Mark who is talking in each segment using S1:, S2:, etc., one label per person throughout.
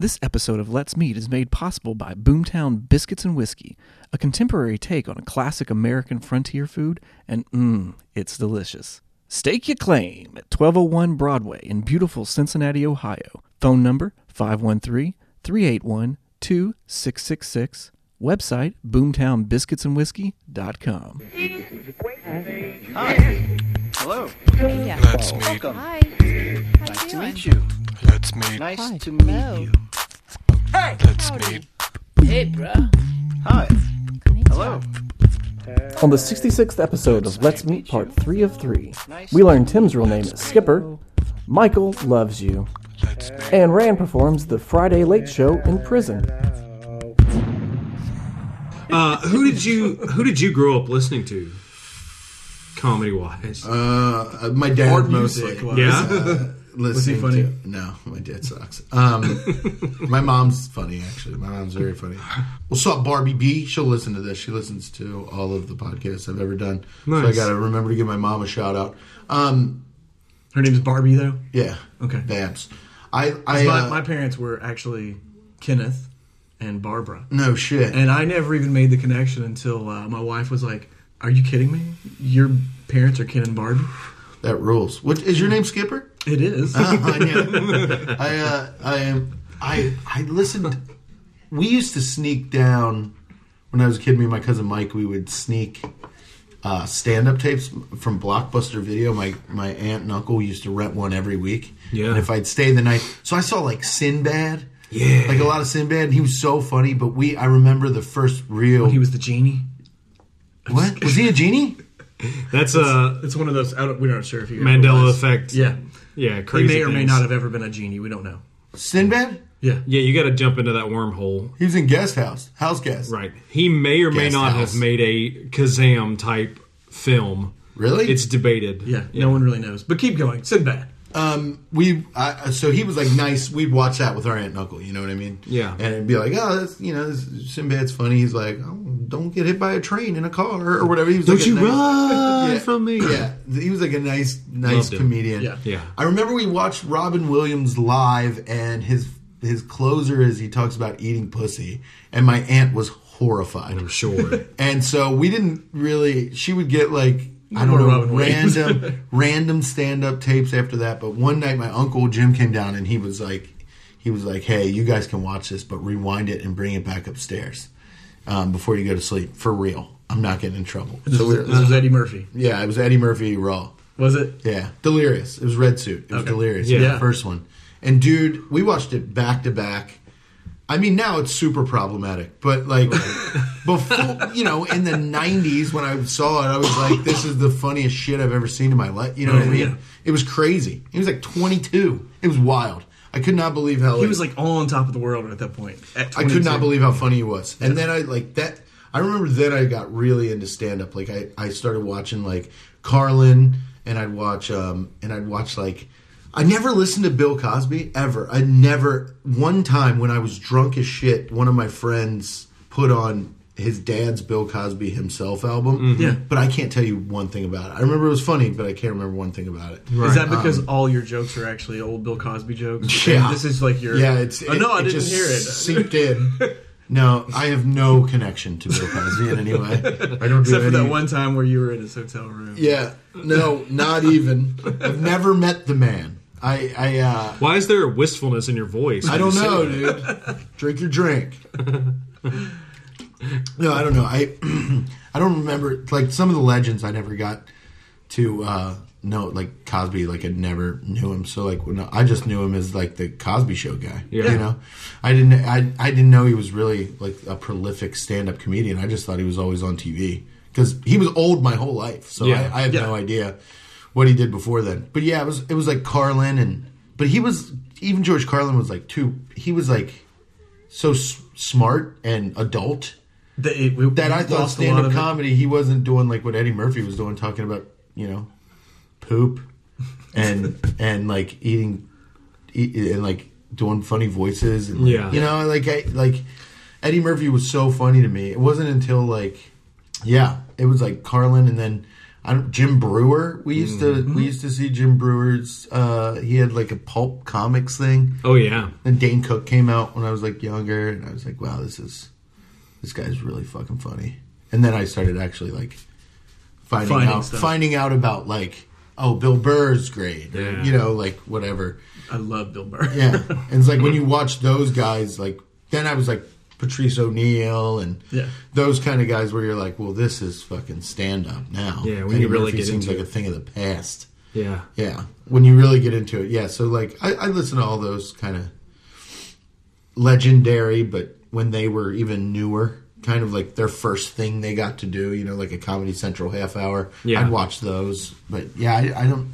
S1: This episode of Let's Meet is made possible by Boomtown Biscuits and Whiskey, a contemporary take on a classic American frontier food, and mmm, it's delicious. Stake your claim at 1201 Broadway in beautiful Cincinnati, Ohio. Phone number 513 381 2666. Website boomtownbiscuitsandwhiskey.com.
S2: Hello.
S3: Let's meet.
S2: Welcome.
S4: Hi.
S2: Nice to
S4: doing?
S2: meet you.
S3: Let's meet.
S2: Nice
S4: Hi.
S2: to meet
S4: Hello.
S2: you.
S3: Let's meet.
S2: Hi. Hello.
S1: On the 66th episode of Let's Meet Part 3 of 3,
S2: Nice
S1: we learn Tim's real name is Skipper, Michael loves you,
S3: Let's meet.
S1: and Rand performs the Friday Late Show in prison.
S5: Uh, who did you Who did you grow up listening to, comedy wise?
S6: Uh, my dad
S7: Hard
S6: mostly.
S7: music was-
S5: yeah,
S6: Was
S7: he funny?
S6: no, my dad sucks. Um, my mom's funny actually. My mom's very funny. Well, saw Barbie B. She'll listen to this. She listens to all of the podcasts I've ever done. So I
S5: Nice.
S6: got to remember to give my mom a shout out. Um,
S7: Her name's Barbie, though.
S6: yeah.
S7: Okay.
S6: Babs. I. I.
S7: My,
S6: uh,
S7: my parents were actually Kenneth and Barbara,
S6: no shit.
S7: and I never even made the connection until uh, my wife was like, "Are you kidding me? Your parents are Ken and Barbie."
S6: that rules. What is your name, Skipper?
S7: It is.
S6: I knew. I, uh, I am. I I listened. We used to sneak down when I was a kid. Me and my cousin Mike, we would sneak uh, stand-up tapes from Blockbuster Video. My my aunt and uncle used to rent one every week.
S5: Yeah.
S6: And if I'd stay the night, so I saw like Sinbad.
S5: Yeah.
S6: Like a lot of Sinbad. And he was so funny. But we, I remember the first real.
S7: he was the genie.
S6: what was he a genie?
S5: that's a
S7: It's one of those. I don't, we're not sure if he ever
S5: Mandela
S7: was.
S5: effect.
S7: Yeah,
S5: yeah,
S7: he
S5: crazy.
S7: may or may
S5: things.
S7: not have ever been a genie. We don't know.
S6: Sinbad.
S7: Yeah,
S5: Yeah, you got to jump into that wormhole,
S6: He was in Guest House. House Guest.
S5: right? He may or may
S6: Guest
S5: not
S6: house.
S5: have made a Kazam type film.
S6: Really?
S5: It's debated.
S7: yeah. No one really knows. But keep going. Sinbad.
S6: um, we I, so he was like nice. We'd watch that with our aunt and uncle. You know what I mean?
S5: Yeah.
S6: And it'd be like, oh, that's, you know, this Sinbad's funny. He's like, oh, don't get hit by a train in a car or whatever. He was
S5: Don't
S6: like a
S5: you
S6: nice-
S5: run from me.
S6: Yeah, he was like a nice, nice
S5: Loved him.
S6: comedian.
S7: Yeah.
S5: Yeah.
S6: I remember we watched Robin Williams live, and his his closer is he talks about eating pussy, and my aunt was horrified.
S5: I'm sure.
S6: And so we didn't really. She would get like I don't
S7: More
S6: know
S7: Robin Williams.
S6: random random stand up tapes after that. But one night my uncle Jim came down and he was like he was like, "Hey, you guys can watch this, but rewind it and bring it back upstairs um, before you go to sleep for real. I'm not getting in trouble."
S7: This,
S6: So
S7: was,
S6: we're-
S7: this was Eddie Murphy.
S6: yeah, it was Eddie Murphy Raw.
S7: Was it?
S6: Yeah, Delirious. It was Red Suit. It was
S7: Okay.
S6: Delirious.
S5: Yeah.
S6: Yeah, the first one. And dude, we watched it back to back. I mean, now it's super problematic, but like before, you know, in the '90s when I saw it, I was like, "This is the funniest shit I've ever seen in my life." You know what I
S7: Oh,
S6: mean?
S7: yeah.
S6: It was crazy. He was like 22. It was wild. I could not believe how
S7: He was like all on top of the world at that point. At
S6: I could
S7: 22.
S6: not believe how funny he was. And then I like that. I remember then I got really into stand up. Like I, I started watching like Carlin, and I'd watch um and I'd watch like I never listened to Bill Cosby ever. I never one time when I was drunk as shit. One of my friends put on his dad's Bill Cosby himself album.
S7: Yeah.
S6: but I can't tell you one thing about it. I remember it was funny, but I can't remember one thing about it.
S7: Is that because all your jokes are actually old Bill Cosby jokes?
S6: um, Yeah.
S7: And this is like your.
S6: Yeah, it's.
S7: Oh, no,
S6: it-
S7: I
S6: it
S7: didn't
S6: just
S7: hear it.
S6: Seeped in. No, I have no connection to Bill Cosby in any way. I don't do
S7: Except for
S6: any-
S7: that one time where you were in his hotel room.
S6: Yeah, no, not even. I've never met the man. I, I, uh,
S5: Why is there a wistfulness in your voice?
S6: I don't know, dude. Drink your drink. No, I don't know. I, I don't remember. Like some of the legends, I never got to uh know. Like Cosby, like I never knew him. So like, when I just knew him as like the Cosby Show guy.
S5: Yeah.
S6: You know, I didn't. I, I didn't know he was really like a prolific stand-up comedian. I just thought he was always on TV because he was old my whole life. So
S5: Yeah.
S6: I, I have
S7: Yeah.
S6: no idea what he did before then. But yeah, it was it was like Carlin and but he was even George Carlin was like too. He was like so s- smart and adult
S7: That, it, we,
S6: that I
S7: we
S6: thought
S7: lost a lot
S6: stand up
S7: of it.
S6: comedy. He wasn't doing like what Eddie Murphy was doing, talking about you know poop and and like eating e- and like doing funny voices. And, like,
S5: Yeah.
S6: you know, like I like Eddie Murphy was so funny to me. It wasn't until like yeah, it was like Carlin, and then. I don't, Jim Brewer. We used
S7: Mm-hmm.
S6: to we used to see Jim Brewer's. Uh, he had like a pulp comics thing,
S5: Oh yeah.
S6: and Dane Cook came out when I was like younger, and I was like, wow, this is this guy's really fucking funny. And then I started actually like finding,
S7: Finding
S6: out
S7: stuff.
S6: finding out about like oh Bill Burr's great, or,
S5: Yeah.
S6: you know, like whatever.
S7: I love Bill Burr.
S6: Yeah, and it's like when you watch those guys, like then I was like Patrice O'Neill and
S7: Yeah.
S6: those kind of guys where you're like, well, this is fucking stand up now.
S5: Yeah, when
S6: Eddie
S5: you really
S6: Murphy
S5: get
S6: seems
S5: into
S6: like a thing of the past.
S5: Yeah.
S6: Yeah, when you really get into it, yeah. So like I, I listen to all those kind of legendary, but when they were even newer. Kind of like their first thing they got to do, you know, like a Comedy Central half hour.
S5: Yeah.
S6: I'd watch those, but yeah, I, I don't,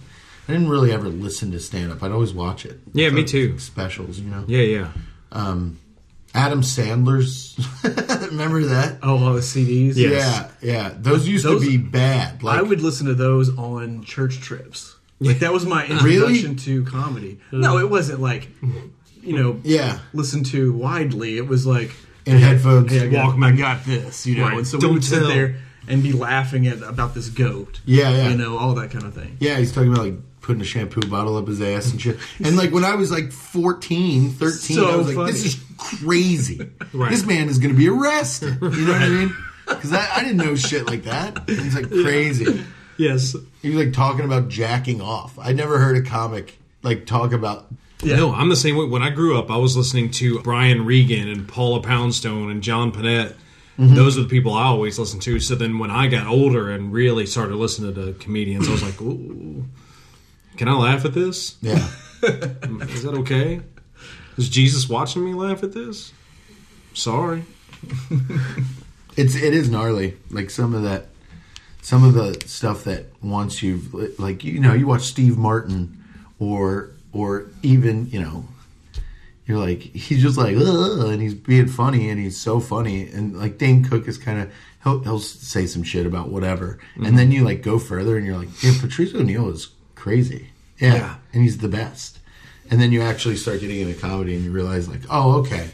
S6: I didn't really ever listen to stand up. I'd always watch it.
S5: Yeah, me
S6: Those
S5: too.
S6: Specials, you know.
S5: Yeah, yeah.
S6: Adam Sandler's. Remember that?
S7: Oh, all the CDs.
S5: Yeah. Yes.
S6: Yeah, yeah. Those used
S7: Those-
S6: to be bad. Like,
S7: I would listen to those on church trips. Like that was my
S6: Really?
S7: introduction to comedy. No, it wasn't like you know
S6: Yeah,
S7: listened to widely. It was like
S6: in headphones.
S7: hey, I got-
S5: Walkman got this, you know.
S7: Right. And so we would sit there and be laughing at about this goat.
S6: Yeah, yeah.
S7: You know, all that kind of thing.
S6: Yeah, he's talking about like putting a shampoo bottle up his ass and shit. And like when I was like 14, 13, I
S7: So
S6: was like,
S7: funny.
S6: this is crazy.
S5: Right.
S6: This man is going to be arrested. You know what I mean? Because I, I didn't know shit like that. It was like crazy.
S5: Yes.
S6: He was like talking about jacking off. I never heard a comic like talk about.
S7: Yeah.
S5: No, I'm the same way. When I grew up, I was listening to Brian Regan and Paula Poundstone and John Panette. Those are the people I always listened to. So then when I got older and really started listening to comedians, I was like, ooh, can I laugh at this?
S6: Yeah.
S5: Is that okay? Is Jesus watching me laugh at this? Sorry.
S6: It's it is gnarly. Like some of that, some of the stuff that once you've like you know you watch Steve Martin, or or even you know, you're like he's just like Ugh, and he's being funny and he's so funny and like Dane Cook is kind of he'll he'll say some shit about whatever and then you like go further and you're like yeah Patrice O'Neill is crazy yeah,
S5: Yeah.
S6: and he's the best and then you actually start getting into comedy and you realize like oh okay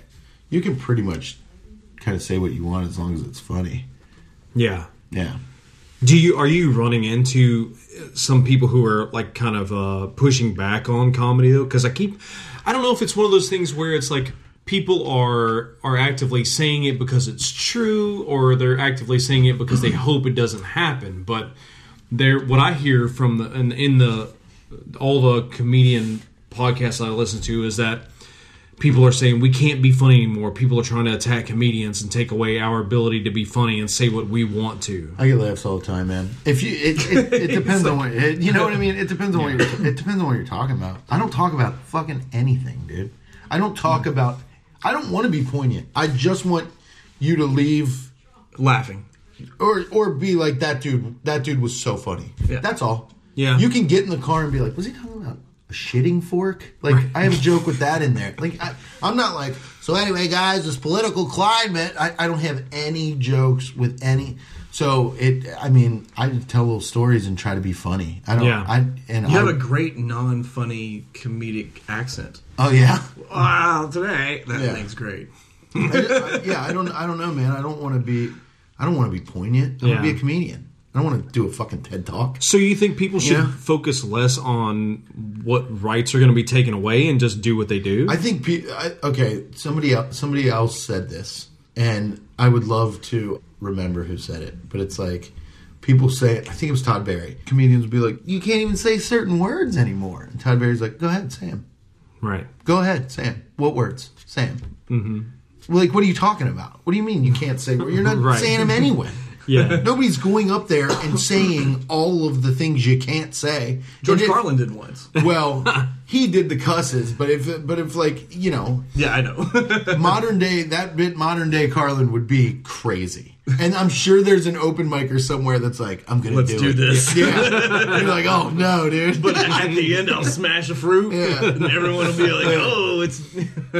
S6: you can pretty much kind of say what you want as long as it's funny.
S5: Yeah.
S6: Yeah.
S5: Do you are you running into some people who are like kind of uh, pushing back on comedy though? Because I keep, I don't know if it's one of those things where it's like people are are actively saying it because it's true, or they're actively saying it because they hope it doesn't happen. But there, what I hear from the in, in the all the comedian podcasts I listen to is that people are saying we can't be funny anymore. People are trying to attack comedians and take away our ability to be funny and say what we want to.
S6: I get laughs all the time, man. If you, it, it, it depends on what it, you know what I mean. It depends on what you're, it depends on what you're talking about. I don't talk about fucking anything, dude. I don't talk about. I don't want to be poignant. I just want you to leave
S7: Laughing.
S6: or or be like that dude. That dude was so funny.
S7: Yeah.
S6: That's all.
S5: Yeah.
S6: You can get in the car and be like, was he talking about a shitting fork? Like I have a joke with that in there. Like I, I'm not like. So anyway, guys, this political climate. I, I don't have any jokes with any. So it. I mean, I just tell little stories and try to be funny. I don't.
S5: Yeah.
S6: I and
S7: You
S6: I,
S7: have a great non-funny comedic accent.
S6: oh yeah.
S7: Wow, today that
S6: Yeah.
S7: thing's great.
S6: I just- I- yeah, I don't, I don't know, man. I don't want to be, I don't want to be poignant. I want
S5: Yeah.
S6: to be a comedian. I don't want to do a fucking TED talk.
S5: So you think people should
S6: Yeah.
S5: focus less on what rights are going to be taken away and just do what they do?
S6: I think pe- I, okay. Somebody else, somebody else said this, and I would love to remember who said it. But it's like people say. I think it was Todd Barry. Comedians would be like, "You can't even say certain words anymore." And Todd Barry's like, "Go ahead, Sam.
S5: right.
S6: Go ahead, Sam. What words, Sam?" Mm-hmm. Like, what are you talking about? What do you mean you can't say? You're not
S5: Right.
S6: saying them anyway.
S5: Yeah.
S6: Nobody's going up there and saying all of the things you can't say.
S7: George
S6: And if-
S7: Carlin did once.
S6: Well, he did the cusses, but if but if like you know
S7: Yeah, I know.
S6: modern day that bit modern day Carlin would be crazy. And I'm sure there's an open micer somewhere that's like, I'm gonna
S7: Let's do
S6: it.
S7: this.
S6: Yeah. You're like, oh no, dude.
S7: but at the end, I'll smash a fruit,
S6: Yeah.
S7: and everyone will be like, "Oh, it's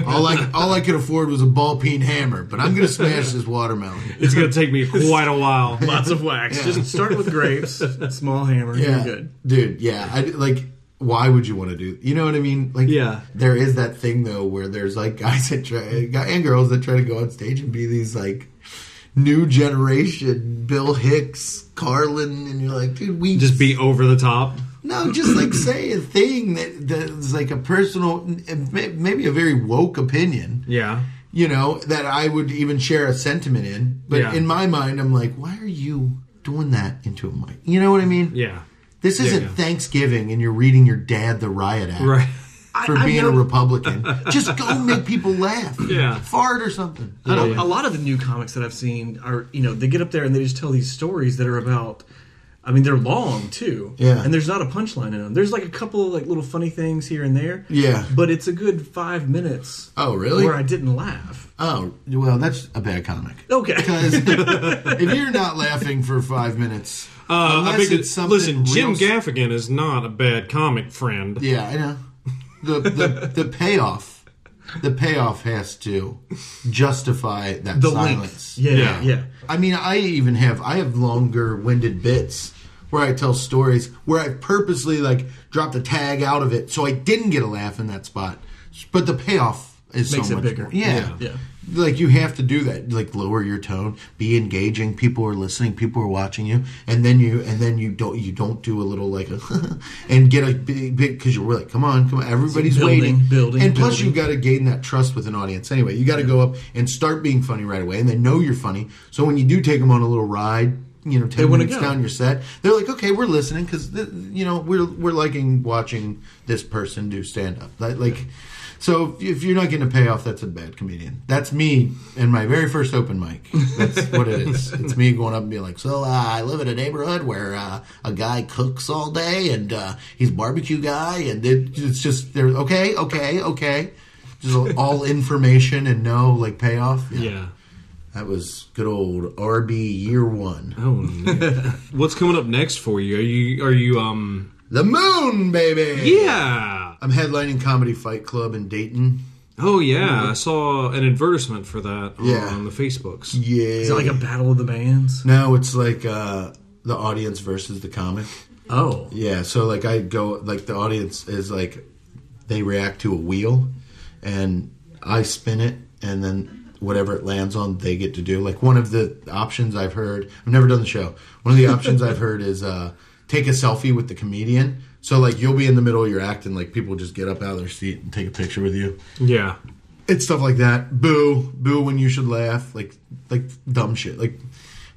S6: all I all I could afford was a ball peen hammer, but I'm gonna smash this watermelon.
S5: It's going to take me quite a while.
S7: lots of wax." Just start with grapes, small hammer,
S6: Yeah,
S7: you're good.
S6: dude. Yeah, I like. Why would you want to do? You know what I mean? Like,
S5: Yeah.
S6: there is that thing though where there's like guys that try guy and girls that try to go on stage and be these like new generation, Bill Hicks, Carlin, and you're like, dude, we
S5: Just be over the top.
S6: no, just like say a thing that that's like a personal, and may- maybe a very woke opinion,
S5: Yeah.
S6: you know, that I would even share a sentiment in. But
S5: Yeah.
S6: in my mind, I'm like, why are you doing that into a mic? You know what I mean?
S5: Yeah.
S6: This isn't
S5: yeah.
S6: Thanksgiving, and you're reading your dad the riot act
S5: Right.
S6: for
S7: I
S6: being
S7: know-
S6: a Republican. Just go make people laugh.
S5: Yeah.
S6: Fart or something.
S7: You know, a lot of the new comics that I've seen are, you know, they get up there and they just tell these stories that are about. I mean, they're long too.
S6: Yeah.
S7: And there's not a punchline in them. There's like a couple of like little funny things here and there.
S6: Yeah.
S7: But it's a good five minutes.
S6: Oh, really?
S7: Where I didn't laugh.
S6: Oh, well, that's a bad comic.
S7: Okay.
S6: Because if you're not laughing for five minutes,
S5: Uh, I
S6: unless
S5: think
S6: it's
S5: it's
S6: something
S5: listen, Jim
S6: real-
S5: Gaffigan is not a bad comic friend.
S6: Yeah, I know. The, the, the payoff. The payoff has to justify that
S7: The
S6: silence.
S7: length. Yeah.
S5: Yeah.
S7: Yeah.
S6: I mean, I even have I have longer winded bits where I tell stories where I purposely like dropped a tag out of it so I didn't get a laugh in that spot, but the payoff is
S7: Makes
S6: so
S7: it
S6: much
S7: bigger.
S6: more. Yeah.
S7: Yeah.
S6: Like you have to do that. Like lower your tone, be engaging. People are listening. People are watching you, and then you and then you don't you don't do a little like a and get a big big because you're like come on come on everybody's
S7: building,
S6: waiting
S7: building,
S6: and plus
S7: building.
S6: you got to gain that trust with an audience anyway. You got to go up and start being funny right away, and they know you're funny. So when you do take them on a little ride, you know, ten
S7: wanna
S6: minutes
S7: go.
S6: down your set, they're like, okay, we're listening because you know we're we're liking watching this person do stand up. Like, like, so if- if you're not getting a payoff, that's a bad comedian. That's me and my very first open mic. That's what it is. It's me going up and being like, so uh, I live in a neighborhood where uh, a guy cooks all day and uh, he's a barbecue guy, and it, it's just they're okay, okay, okay. Just all information and no like payoff.
S5: Yeah.
S6: That was good old RB year one.
S5: Oh, man. What's coming up next for you? Are you are you um
S6: The moon, baby.
S5: Yeah.
S6: I'm headlining Comedy Fight Club in Dayton.
S5: Oh yeah, I saw an advertisement for that on,
S6: Yeah.
S5: on the Facebooks.
S6: Yeah.
S7: Is it like a battle of the bands?
S6: no, it's like uh, the audience versus the comic.
S7: Oh.
S6: Yeah, so like I go like the audience is like they react to a wheel and I spin it and then whatever it lands on they get to do. Like one of the options I've heard I've never done the show. One of the options I've heard is uh take a selfie with the comedian. So like you'll be in the middle of your act and like people just get up out of their seat and take a picture with you.
S5: Yeah.
S6: it's stuff like that. Boo, boo when you should laugh, like like dumb shit. Like,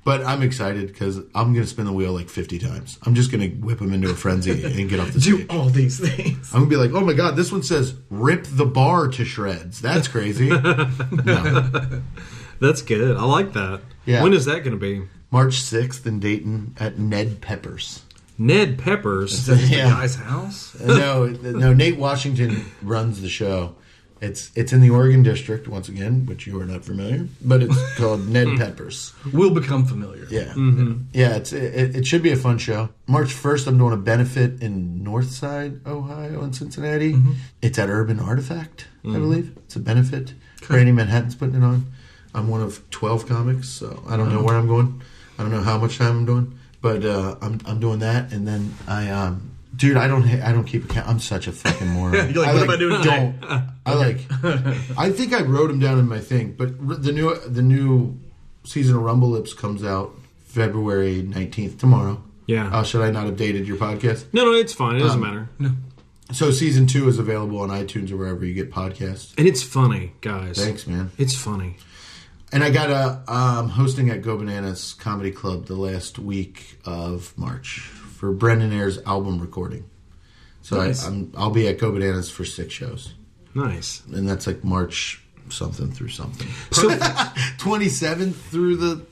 S6: but I'm excited because I'm gonna spin the wheel like 50 times. I'm just gonna whip them into a frenzy and get off the
S7: Do
S6: stage.
S7: all these things.
S6: I'm gonna be like, oh my god, this one says rip the bar to shreds. That's crazy. no.
S5: That's good. I like that.
S6: Yeah.
S5: When is that going to be?
S6: March 6th in Dayton at Ned Peppers.
S5: Ned Peppers.
S7: Is that just
S6: Yeah.
S7: the guy's house?
S6: Uh, no, no. Nate Washington runs the show. It's it's in the Oregon District once again, which you are not familiar, but it's called Ned Peppers.
S7: We'll become familiar.
S6: Yeah.
S7: Mm-hmm.
S6: Yeah, it's it, it should be a fun show. March 1st, I'm doing a benefit in Northside, Ohio, in Cincinnati.
S7: Mm-hmm.
S6: It's at Urban Artifact, I believe. It's a benefit. Randy Manhattan's putting it on. I'm one of 12 comics, so I don't know
S7: Oh.
S6: where I'm going. I don't know how much time I'm doing, but uh, I'm, I'm doing that. And then I, um, dude, I don't ha- I don't keep account. I'm such a fucking moron.
S7: You're like,
S6: I,
S7: what am I doing today?
S6: don't. I like. I think I wrote them down in my thing, but r- the new the new season of Rumble Lips comes out February nineteenth tomorrow.
S5: Yeah.
S6: Oh, should I not have dated your podcast?
S5: no, no, it's fine. It
S6: Um,
S5: doesn't matter.
S6: So season two is available on iTunes or wherever you get podcasts.
S5: And it's funny, guys.
S6: Thanks, man.
S5: It's funny.
S6: And I got a um, hosting at Go Bananas Comedy Club the last week of March for Brendan Ayers album recording. So
S7: Nice.
S6: I, I'm, I'll be at Go Bananas for six shows,
S5: Nice.
S6: and that's like March something through something.
S5: So,
S6: Twenty seventh through the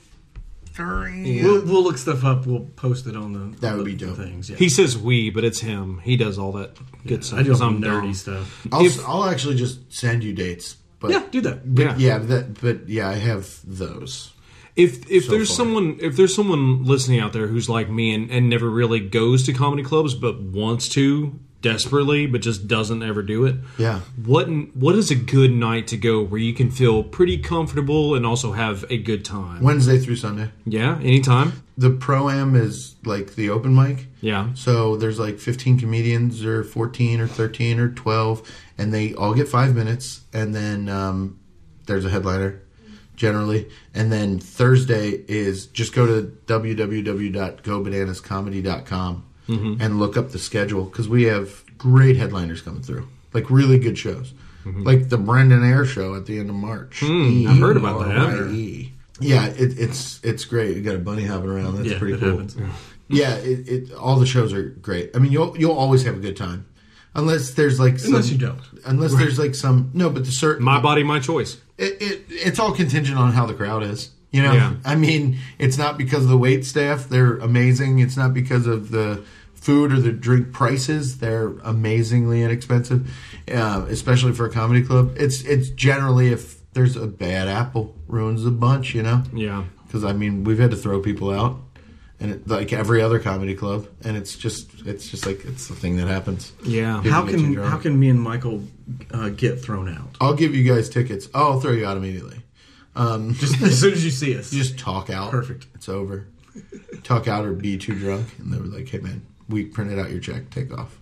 S6: three.
S7: We'll, we'll look stuff up. We'll post it on the
S6: That would be
S7: the
S6: dope.
S7: Things. Yeah.
S5: he says we, but it's him. He does all that good stuff.
S7: I do
S5: 'cause
S7: some
S5: I'm
S7: nerdy
S5: dumb.
S7: stuff.
S6: I'll,
S5: If-
S6: I'll actually just send you dates. But
S7: Yeah, do that.
S5: Yeah.
S6: yeah, that, but yeah, I have those.
S5: If if there's
S6: far.
S5: someone if there's someone listening out there who's like me and, and never really goes to comedy clubs but wants to desperately but just doesn't ever do it.
S6: Yeah.
S5: What what is a good night to go where you can feel pretty comfortable and also have a good time?
S6: Wednesday through Sunday.
S5: Yeah, anytime.
S6: The pro am is like the open mic.
S5: Yeah.
S6: So there's like 15 comedians, or 14, or 13, or 12, and they all get five minutes, and then um, there's a headliner. generally. And then Thursday is just go to www.gobananascomedy.com
S5: Mm-hmm.
S6: and look up the schedule because we have great headliners coming through, like really good shows, like the Brendan Air show at the end of March. E
S5: I Mm-hmm. Hmm, heard about that.
S6: E-R-Y-E. Yeah, it, it's it's great. You got a bunny hopping around. That's
S7: Yeah,
S6: pretty
S7: that
S6: cool.
S7: happens.
S6: Yeah, it, it all the shows are great. I mean, you'll you'll always have a good time, unless there's like some,
S7: Unless you don't.
S6: Unless there's like some no, but the certain
S5: My body, my choice.
S6: it, it it's all contingent on how the crowd is. You know,
S5: Yeah.
S6: I mean, it's not because of the wait staff; they're amazing. It's not because of the food or the drink prices; they're amazingly inexpensive, uh, especially for a comedy club. It's it's generally if there's a bad apple ruins the bunch. You know,
S5: Yeah.
S6: because I mean we've had to throw people out, and it, like every other comedy club, and it's just it's just like it's the thing that happens.
S5: Yeah.
S6: People
S7: How
S6: get too
S7: can
S6: drunk.
S7: how can me and Michael uh, get thrown out?
S6: I'll give you guys tickets? Oh, I'll throw you out immediately. Um,
S7: Just as soon as you see us.
S6: You just talk out.
S7: Perfect.
S6: It's over. talk out or be too drunk, and they were like, "Hey man, we printed out your check. Take off."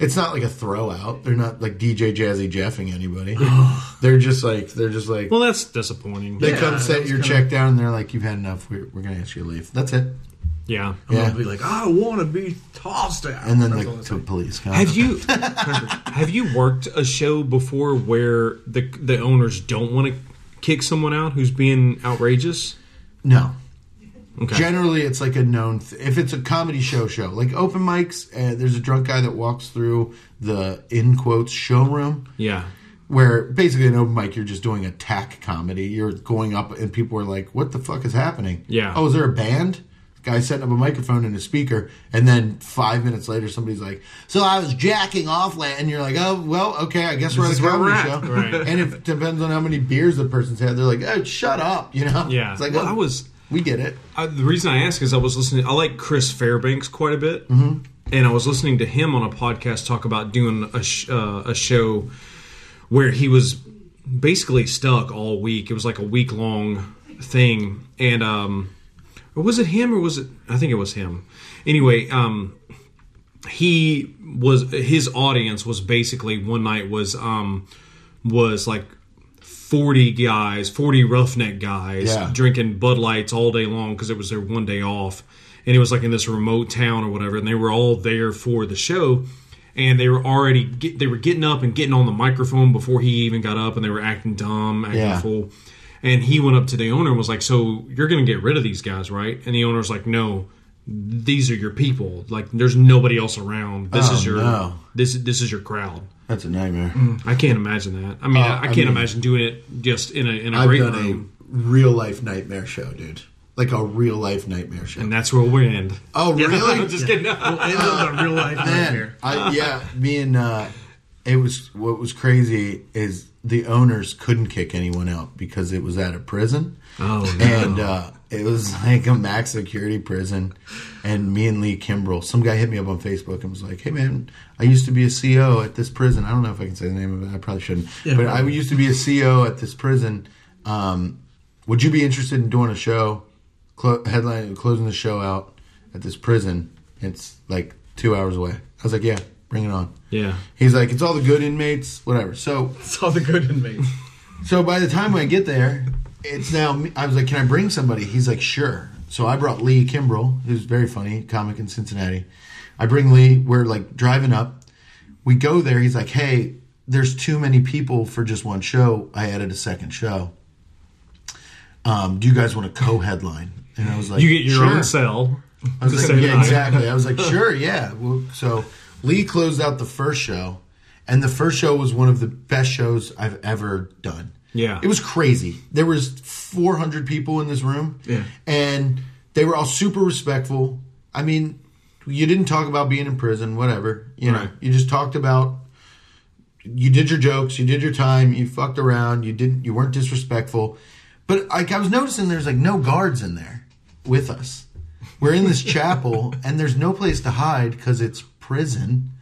S6: It's not like a throw out. They're not like DJ Jazzy Jeffing anybody. they're just like they're just like
S5: Well, that's disappointing.
S6: they
S7: Yeah,
S6: come
S7: that
S6: set
S7: was
S6: your
S7: kinda-
S6: check down, and they're like, "You've had enough. We're, we're gonna ask you to leave." That's it.
S5: yeah.
S7: I'm
S6: Yeah.
S7: gonna be like, I want to be tossed out.
S6: And then
S7: That's
S6: the,
S7: all it's
S6: the
S7: like.
S6: police come.
S5: Have you have you worked a show before where the the owners don't want to kick someone out who's being outrageous?
S6: No.
S5: Okay.
S6: Generally, it's like a known. Th- if it's a comedy show, show like open mics, uh, there's a drunk guy that walks through the in quotes showroom.
S5: yeah.
S6: where basically an open mic you're just doing attack comedy you're going up and people are like what the fuck is happening
S5: Yeah.
S6: oh is there a band guy setting up a microphone and a speaker and then five minutes later somebody's like so i was jacking off la-" and you're like oh well okay i guess we're
S7: This
S6: at a
S7: is where
S6: comedy
S7: we're at.
S6: show
S5: Right.
S6: and it depends on how many beers the person's had they're like oh shut up you know
S5: Yeah.
S6: it's like
S5: well,
S6: oh,
S5: I was
S6: we get it
S5: I, Uh, the reason I ask is I was listening. I like Chris Fairbanks quite a bit, and I was listening to him on a podcast talk about doing a sh- uh, a show where he was basically stuck all week. It was like a week long thing, and um, or was it him or was it? I think it was him. Anyway, um, he was his audience was basically one night was um was like 40 guys 40 roughneck guys
S6: Yeah.
S5: drinking bud lights all day long because it was their one day off and it was like in this remote town or whatever and they were all there for the show and they were already get, they were getting up and getting on the microphone before he even got up and they were acting dumb acting
S6: Yeah.
S5: fool and he went up to the owner and was like so you're gonna get rid of these guys right and the owner's like no these are your people. Like there's nobody else around. This
S6: Oh,
S5: is your
S6: no.
S5: this this is your crowd.
S6: that's a nightmare
S5: I can't imagine that. I mean, I, I
S6: Uh, I
S5: can't
S6: mean-
S5: imagine doing it just in a in a
S6: i've
S5: great
S6: done
S5: room.
S6: a real life nightmare show dude like a real life nightmare show
S5: And that's where we end.
S6: oh really
S5: I'm just kidding.
S7: We'll end on a real life
S6: Man,
S7: nightmare.
S6: I, yeah, me and uh, it was what was crazy is the owners couldn't kick anyone out because it was at a prison,
S5: Oh, no.
S6: and uh, it was like a max security prison. And me and Lee Kimbrell, some guy hit me up on Facebook and was like, "Hey man, I used to be a CO at this prison. I don't know if I can say the name of it. I probably shouldn't,
S7: Yeah,
S6: but I
S7: probably.
S6: used to be a CO at this prison. Um, would you be interested in doing a show, clo- headline closing the show out at this prison? It's like two hours away. I was like, yeah, bring it on.
S5: yeah.
S6: He's like, it's all the good inmates, whatever. So,
S7: It's all the good in me.
S6: so by the time I get there, it's now. me- I was like, can I bring somebody? He's like, sure. So I brought Lee Kimbrell, who's very funny comic in Cincinnati. I bring Lee. We're like driving up. We go there. He's like, hey, there's too many people for just one show. I added a second show. Um, do you guys want to co-headline? And I was like,
S5: You get your
S6: "Sure."
S5: own cell.
S6: I was
S5: The
S6: like,
S5: same
S6: yeah,
S5: night.
S6: exactly. I was like, sure, yeah. Well, so Lee closed out the first show, and the first show was one of the best shows I've ever done.
S5: Yeah.
S6: it was crazy. There was 400 people in this room,
S7: Yeah.
S6: and they were all super respectful. I mean, you didn't talk about being in prison, whatever. You know,
S5: Right.
S6: you just talked about you did your jokes, you did your time, you fucked around, you didn't, you weren't disrespectful. But like I was noticing, there's like no guards in there with us. We're in this chapel, and there's no place to hide because it's prison.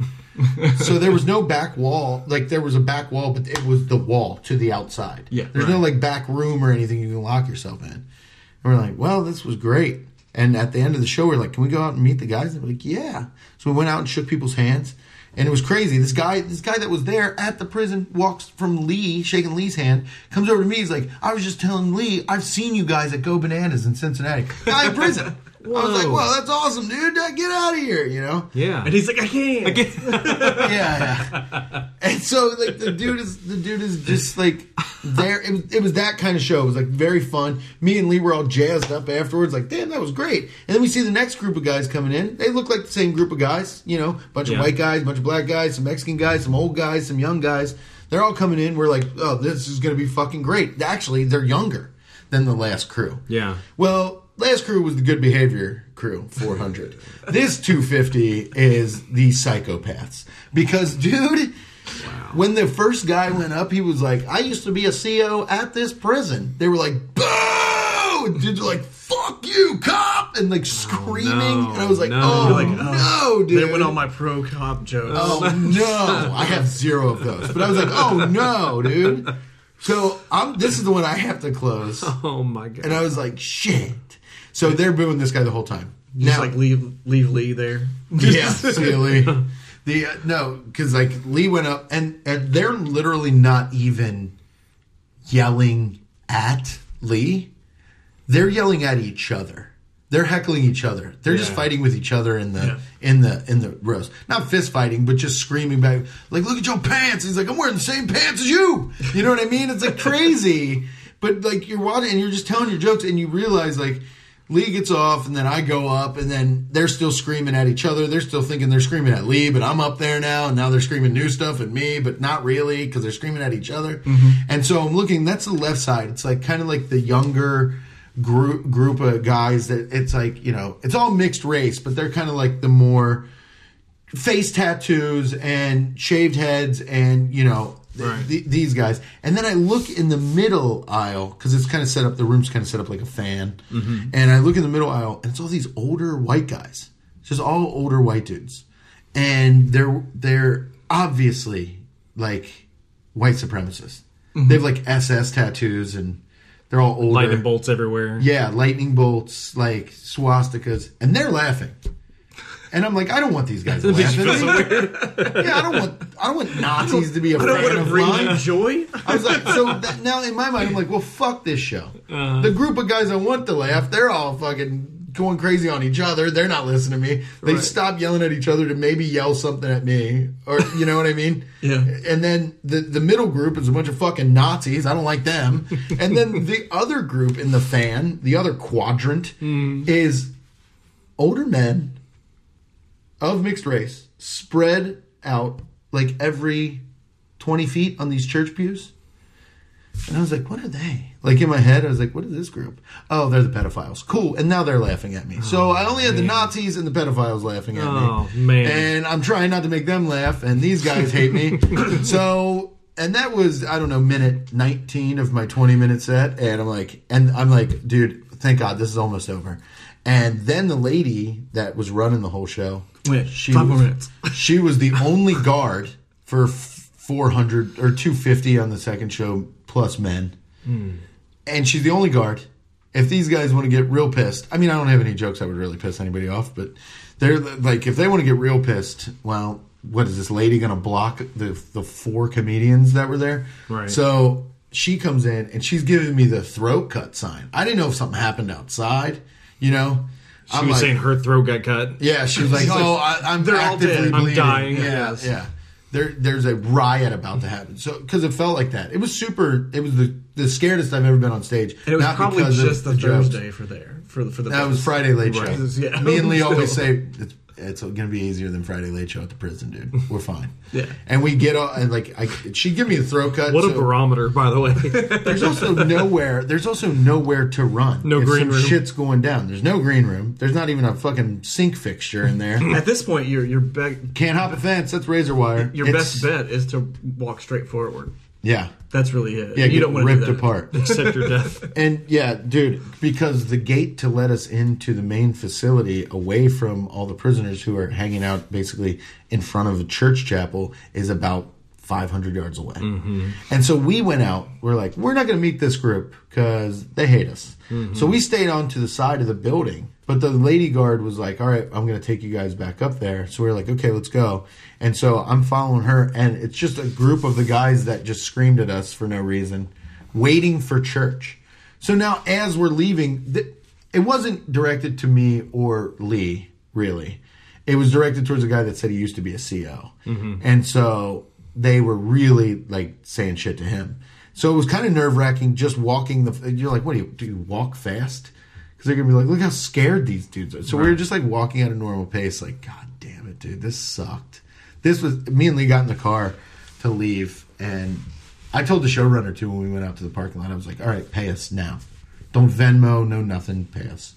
S6: So there was no back wall. Like there was a back wall, but it was the wall to the outside.
S7: Yeah,
S6: there's no
S7: right.
S6: like back room or anything you can lock yourself in. And we're like, well, this was great. And at the end of the show, we're like, can we go out and meet the guys? And we're like, yeah. So we went out and shook people's hands. And it was crazy. This guy, this guy that was there at the prison, walks from Lee, shaking Lee's hand, comes over to me. He's like, "I was just telling Lee, I've seen you guys at Go Bananas in Cincinnati. Guy in prison." I was like,
S5: Whoa.
S6: "Well, that's awesome, dude. Get out of here," you know.
S5: Yeah.
S7: And he's like, I can't.
S6: yeah, yeah. And so like the dude is the dude is just like there. It was, it was that kind of show. It was like very fun. Me and Lee were all jazzed up afterwards. Like, damn, that was great. And then we see the next group of guys coming in. They look like the same group of guys. You know, bunch
S5: Yeah.
S6: of white guys, bunch of black guys, some Mexican guys, some old guys, some young guys. They're all coming in. We're like, oh, this is gonna be fucking great. Actually, they're younger than the last crew.
S5: Yeah.
S6: Well, last crew was the good behavior crew, 400. this 250 is the psychopaths. Because, dude, when the first guy went up, he was like, I used to be a CO at this prison. They were like, boo! And dudes were like, fuck you, cop! And like screaming.
S5: no,
S6: and I was like,
S5: no.
S6: oh,
S5: You're like,
S6: no, dude.
S7: They went all my pro cop jokes.
S6: Oh no, I have zero of those. But I was like, oh no, dude. So I'm. This is the one I have to close.
S5: Oh my god.
S6: And I was like, shit. So they're booing this guy the whole time.
S7: Just
S6: Now,
S7: like leave, leave Lee there.
S6: yeah, see you, Lee. The uh, no, because like Lee went up, and and they're literally not even yelling at Lee. They're yelling at each other. They're heckling each other. They're just
S5: Yeah.
S6: fighting with each other in the in the in the rows. Not fist fighting, but just screaming back. Like, look at your pants. He's like, I'm wearing the same pants as you. You know what I mean? It's like crazy. but like you're watching and you're just telling your jokes, and you realize like Lee gets off, and then I go up, and then they're still screaming at each other. They're still thinking they're screaming at Lee, but I'm up there now, and now they're screaming new stuff at me, but not really because they're screaming at each other. And so I'm looking. That's the left side. It's like kind of like the younger group group of guys that it's like you know it's all mixed race, but they're kind of like the more face tattoos and shaved heads and you know th- th- these guys and then i look in the middle aisle because it's kind of set up the room's kind of set up like a fan and i look in the middle aisle and it's all these older white guys It's just all older white dudes and they're they're obviously like white supremacists they have like ss tattoos and they're all older
S5: Lightning bolts everywhere.
S6: yeah, lightning bolts, like swastikas, and they're laughing. And I'm like, I don't want these guys to laugh.
S5: you feel so
S6: yeah, I don't want, I don't want Nazis to be a
S7: I don't
S6: fan
S7: want
S6: of
S7: to bring you
S6: mine.
S7: joy.
S6: I was like, so that, now in my mind, I'm like, well, fuck this show. the group of guys I want to laugh, they're all fucking going crazy on each other. They're not listening to me. They stop yelling at each other to maybe yell something at me, or you know what I mean?
S7: Yeah.
S6: And then the the middle group is a bunch of fucking Nazis. I don't like them. And then the other group in the fan, the other quadrant, is older men of mixed race spread out like every 20 feet on these church pews. And I was like, what are they? Like in my head, I was like, what is this group? Oh, they're the pedophiles. Cool. And now they're laughing at me. so I only had the Nazis and the pedophiles laughing at
S5: Oh,
S6: me.
S5: man.
S6: And I'm trying not to make them laugh, and these guys hate me. so and that was, I don't know, minute nineteen of my twenty minute set, and I'm like and I'm like, dude, thank God this is almost over. And then the lady that was running the whole show,
S7: Wait, five more
S6: was-
S7: minutes.
S6: she was the only guard for f- 400 or 250 on the second show plus men.
S5: Hmm.
S6: And she's the only guard. If these guys want to get real pissed, I mean, I don't have any jokes that would really piss anybody off, but they're like, if they want to get real pissed, well, what is this lady going to block the the four comedians that were there?
S5: Right.
S6: So she comes in and she's giving me the throat cut sign. I didn't know if something happened outside, you know.
S5: She was saying her throat got cut.
S6: Yeah, she was like, "Oh, I, I'm
S7: They're all
S6: actively
S7: dead. I'm
S6: bleeding.
S5: dying.
S6: Yeah,
S7: Yes.
S6: yeah. There, there's a riot about to happen. So, because it felt like that, it was super. It was the the scaredest I've ever been on stage.
S7: And it was probably
S6: because of
S7: just the
S6: jokes.
S7: Thursday for there. For, for the
S6: That was Friday late
S5: Right.
S6: show.
S7: Yeah.
S6: Me and Lee always say it's it's gonna be easier than Friday late show at the prison, dude. We're fine.
S7: Yeah.
S6: and we get all and like I, she give me a throat cut.
S5: What a
S6: so-
S5: barometer, by the way.
S6: there's also nowhere. There's also nowhere to run.
S5: No
S6: If
S5: green
S6: some
S5: room.
S6: Shit's going down. There's no green room. There's not even a fucking sink fixture in there.
S7: At this point, your your be-
S6: Can't hop a fence. That's razor wire.
S7: your
S6: It's-
S7: best bet is to walk straight forward.
S6: Yeah,
S7: That's really it.
S6: yeah.
S7: you
S6: get
S7: don't want to
S6: ripped
S7: do that.
S6: apart.
S5: Except your death.
S6: and yeah, dude, because the gate to let us into the main facility, away from all the prisoners who are hanging out, basically in front of a church chapel, is about 500 yards away. And so we went out. We're like, we're not going to meet this group because they hate us. So we stayed on to the side of the building. But But the lady guard was like, "All right, I'm going to take you guys back up there." So we were like, "Okay, let's go." And so I'm following her, and it's just a group of the guys that just screamed at us for no reason, waiting for church. So now, as we're leaving, th- it wasn't directed to me or Lee really. It was directed towards a guy that said he used to be a CO, and so they were really like saying shit to him. So it was kind of nerve wracking just walking the. You're like, what do you do? You walk fast because they're gonna be like, look how scared these dudes are. So we were just like walking at a normal pace. Like, god damn it, dude, this sucked. This was me and Lee got in the car to leave, and I told the showrunner too when we went out to the parking lot. I was like, all right, pay us now. Don't Venmo, no nothing, pay us.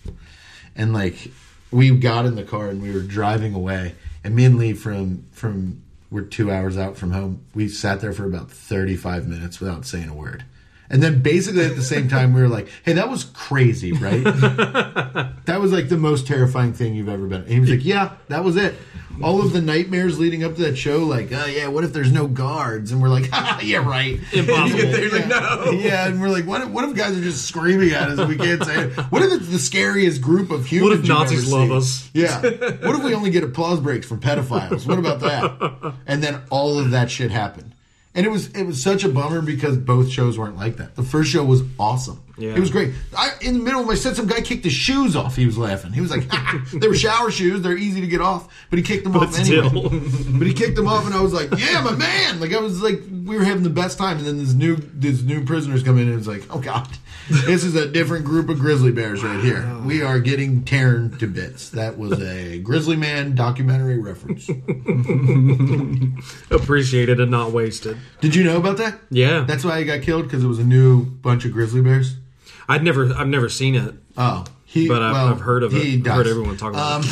S6: And like we got in the car and we were driving away, and me and Lee from from we're two hours out from home. We sat there for about thirty five minutes without saying a word. And then basically at the same time we were like, "Hey, that was crazy, right? that was like the most terrifying thing you've ever been." And he was like, "Yeah, that was it. All of the nightmares leading up to that show, like, oh yeah, what if there's no guards?" And we're like, ah, "Yeah, right.
S7: Impossible.
S6: And you get there,
S7: Yeah.
S6: like, no. Yeah, and we're like, what if, what if guys are just screaming at us and we can't say it? What if it's the scariest group of humans?
S7: What if
S6: you've
S7: Nazis
S6: ever seen?
S7: love us?
S6: Yeah. What if we only get applause breaks from pedophiles? What about that? And then all of that shit happened. And it was it was such a bummer because both shows weren't like that. The first show was awesome.
S7: Yeah.
S6: It was great. I, in the middle of my set, some guy kicked his shoes off. He was laughing. He was like, "They were shower shoes. They're easy to get off." But he kicked them off anyway.
S7: still.
S6: but he kicked them off, and I was like, "Yeah, my man!" Like I was like, we were having the best time. And then this new these new prisoners come in, and it's like, "Oh God, this is a different group of grizzly bears right here. We are getting torn to bits." That was a Grizzly Man documentary reference.
S5: Appreciated and not wasted.
S6: Did you know about that?
S5: Yeah.
S6: That's why he got killed because it was a new bunch of grizzly bears.
S5: I'd never, I've never seen it.
S6: Oh, he.
S5: But I've-
S6: well,
S5: I've heard of it.
S6: he
S5: I've
S6: dies.
S5: heard everyone talk about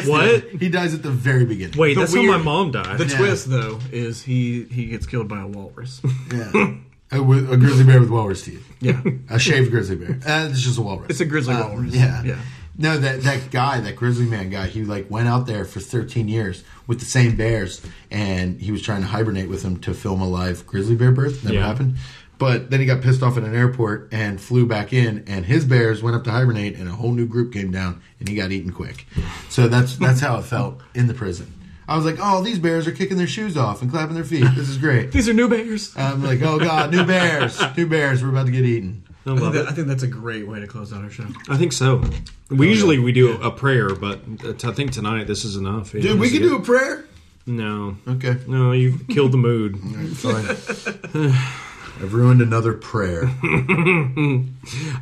S6: um,
S5: What?
S6: He dies at the very beginning.
S5: Wait,
S7: The
S5: that's how
S7: weird-
S5: my mom died.
S7: The
S6: Yeah.
S7: twist, though, is he he gets killed by a walrus.
S6: Yeah. a, with- a grizzly bear with walrus teeth.
S7: Yeah,
S6: A shaved grizzly bear. Uh, it's just a walrus.
S7: it's a grizzly
S6: Um,
S7: walrus.
S6: Yeah.
S7: yeah.
S6: No, that that guy, that grizzly man guy, he like went out there for 13 years with the same bears, and he was trying to hibernate with them to film a live grizzly bear birth. Never
S5: Yeah.
S6: happened. But then he got pissed off at an airport and flew back in, and his bears went up to hibernate, and a whole new group came down, and he got eaten quick. So that's that's how it felt in the prison. I was like, oh, these bears are kicking their shoes off and clapping their feet. This is great.
S7: These are new bears.
S6: I'm like, oh god, new bears, new bears, we're about to get
S5: I
S6: eaten.
S7: I think,
S5: love
S7: that,
S5: it.
S7: I think that's a great way to close out our show.
S5: Oh, I think so.
S6: Oh,
S5: We usually we do a prayer, but it's- I think tonight this is enough. Yeah,
S6: Dude, we
S5: this
S6: can
S5: is
S6: do a
S5: it.
S6: prayer.
S5: No,
S6: Okay.
S5: no, you've killed the mood.
S6: Fine. I've ruined another prayer.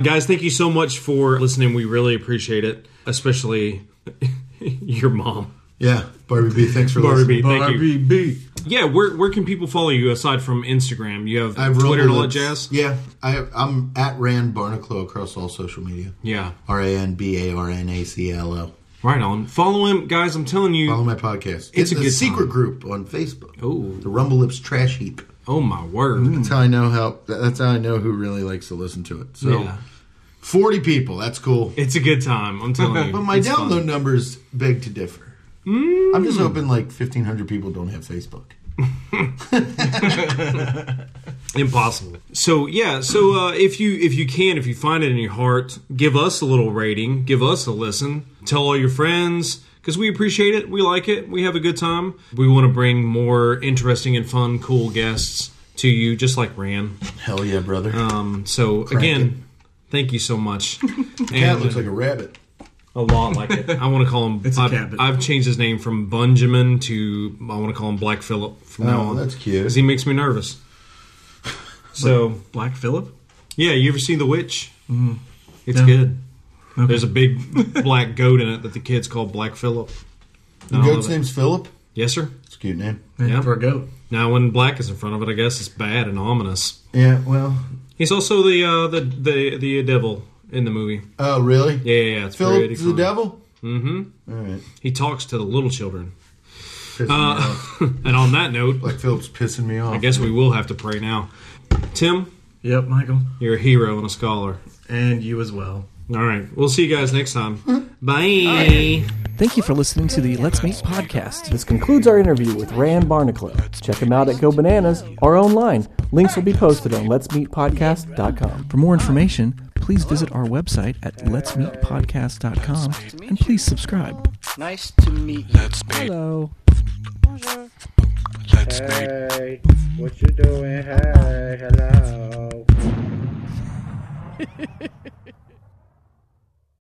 S5: Guys, thank you so much for listening. We really appreciate it, especially your mom.
S6: Yeah, Barbie B, thanks for
S5: Barbie B,
S6: listening.
S5: thank you.
S7: B.
S5: Yeah, where where can people follow you aside from Instagram? You have
S6: I have
S5: Twitter and all that
S6: Robo-Lips.
S5: jazz.
S6: Yeah, I, I'm at Rand Barnaclo across all social media.
S5: Yeah,
S6: R A N B A R N A C L O.
S5: right on. Follow him, guys. I'm telling you.
S6: Follow my podcast.
S5: It's
S6: It's
S5: a
S6: a
S5: good
S6: secret
S5: time.
S6: group on Facebook.
S5: Oh.
S6: the Rumble Lips Trash Heap.
S5: Oh my word.
S6: That's how I know how. That's how I know who really likes to listen to it. So,
S5: Yeah.
S6: forty people. That's cool.
S5: It's a good time. I'm telling you.
S6: But my
S5: It's
S6: download
S5: fun.
S6: numbers beg to differ. I'm just hoping like 1,500 people don't have Facebook.
S5: impossible so yeah so uh, if you if you can if you find it in your heart give us a little rating give us a listen tell all your friends because we appreciate it we like it we have a good time we want to bring more interesting and fun cool guests to you just like ran
S6: Hell yeah, brother.
S5: um, so
S6: Crank
S5: again
S6: it.
S5: thank you so much
S6: Cat
S5: And-
S6: looks like a rabbit.
S5: a lot like it. I want to call him.
S7: It's a
S5: I've,
S7: cabin.
S5: I've changed his name from Bunjamin to I want to call him Black Phillip from now
S6: Oh,
S5: on.
S6: that's cute.
S5: Because he makes me nervous. So
S7: Black Phillip.
S5: yeah, you ever seen The Witch? Mm. It's
S7: Mm-hmm. No.
S5: good. There's a big black goat in it that the kids call Black Phillip.
S6: The
S5: I
S6: goat's
S5: love it.
S6: name's Philip.
S5: Yes, sir.
S6: It's a cute name.
S5: Yeah.
S7: For a goat.
S5: Now, when black is in front of it, I guess it's bad and ominous.
S6: Yeah, well.
S5: He's also the uh, the the the devil in the movie.
S6: Oh, really?
S5: Yeah, yeah, yeah it's
S6: Philip
S5: pretty
S6: is the
S5: fun.
S6: devil? Mm-hmm. All right.
S5: He talks to the little children. Uh,
S6: Pissing me off.
S5: And on that note,
S6: Like Philip's pissing me off.
S5: I guess we will have to pray now. Tim,
S7: Yep, Michael.
S5: You're a hero and a scholar.
S7: And you as well.
S5: All right. We'll see you guys next time. Bye.
S1: Thank you for listening to the Let's Meet podcast. This concludes our interview with Rand Barnacle. Check him out at Go Bananas or online. Links will be posted on letsmeetpodcast.com. For more information, please please visit our website at letsmeetpodcast.com and please subscribe.
S2: Nice to meet you.
S3: Let's meet.
S1: Hello.
S2: Bonjour.
S3: Let's meet.
S4: Hey, what you doing? Hey, hello.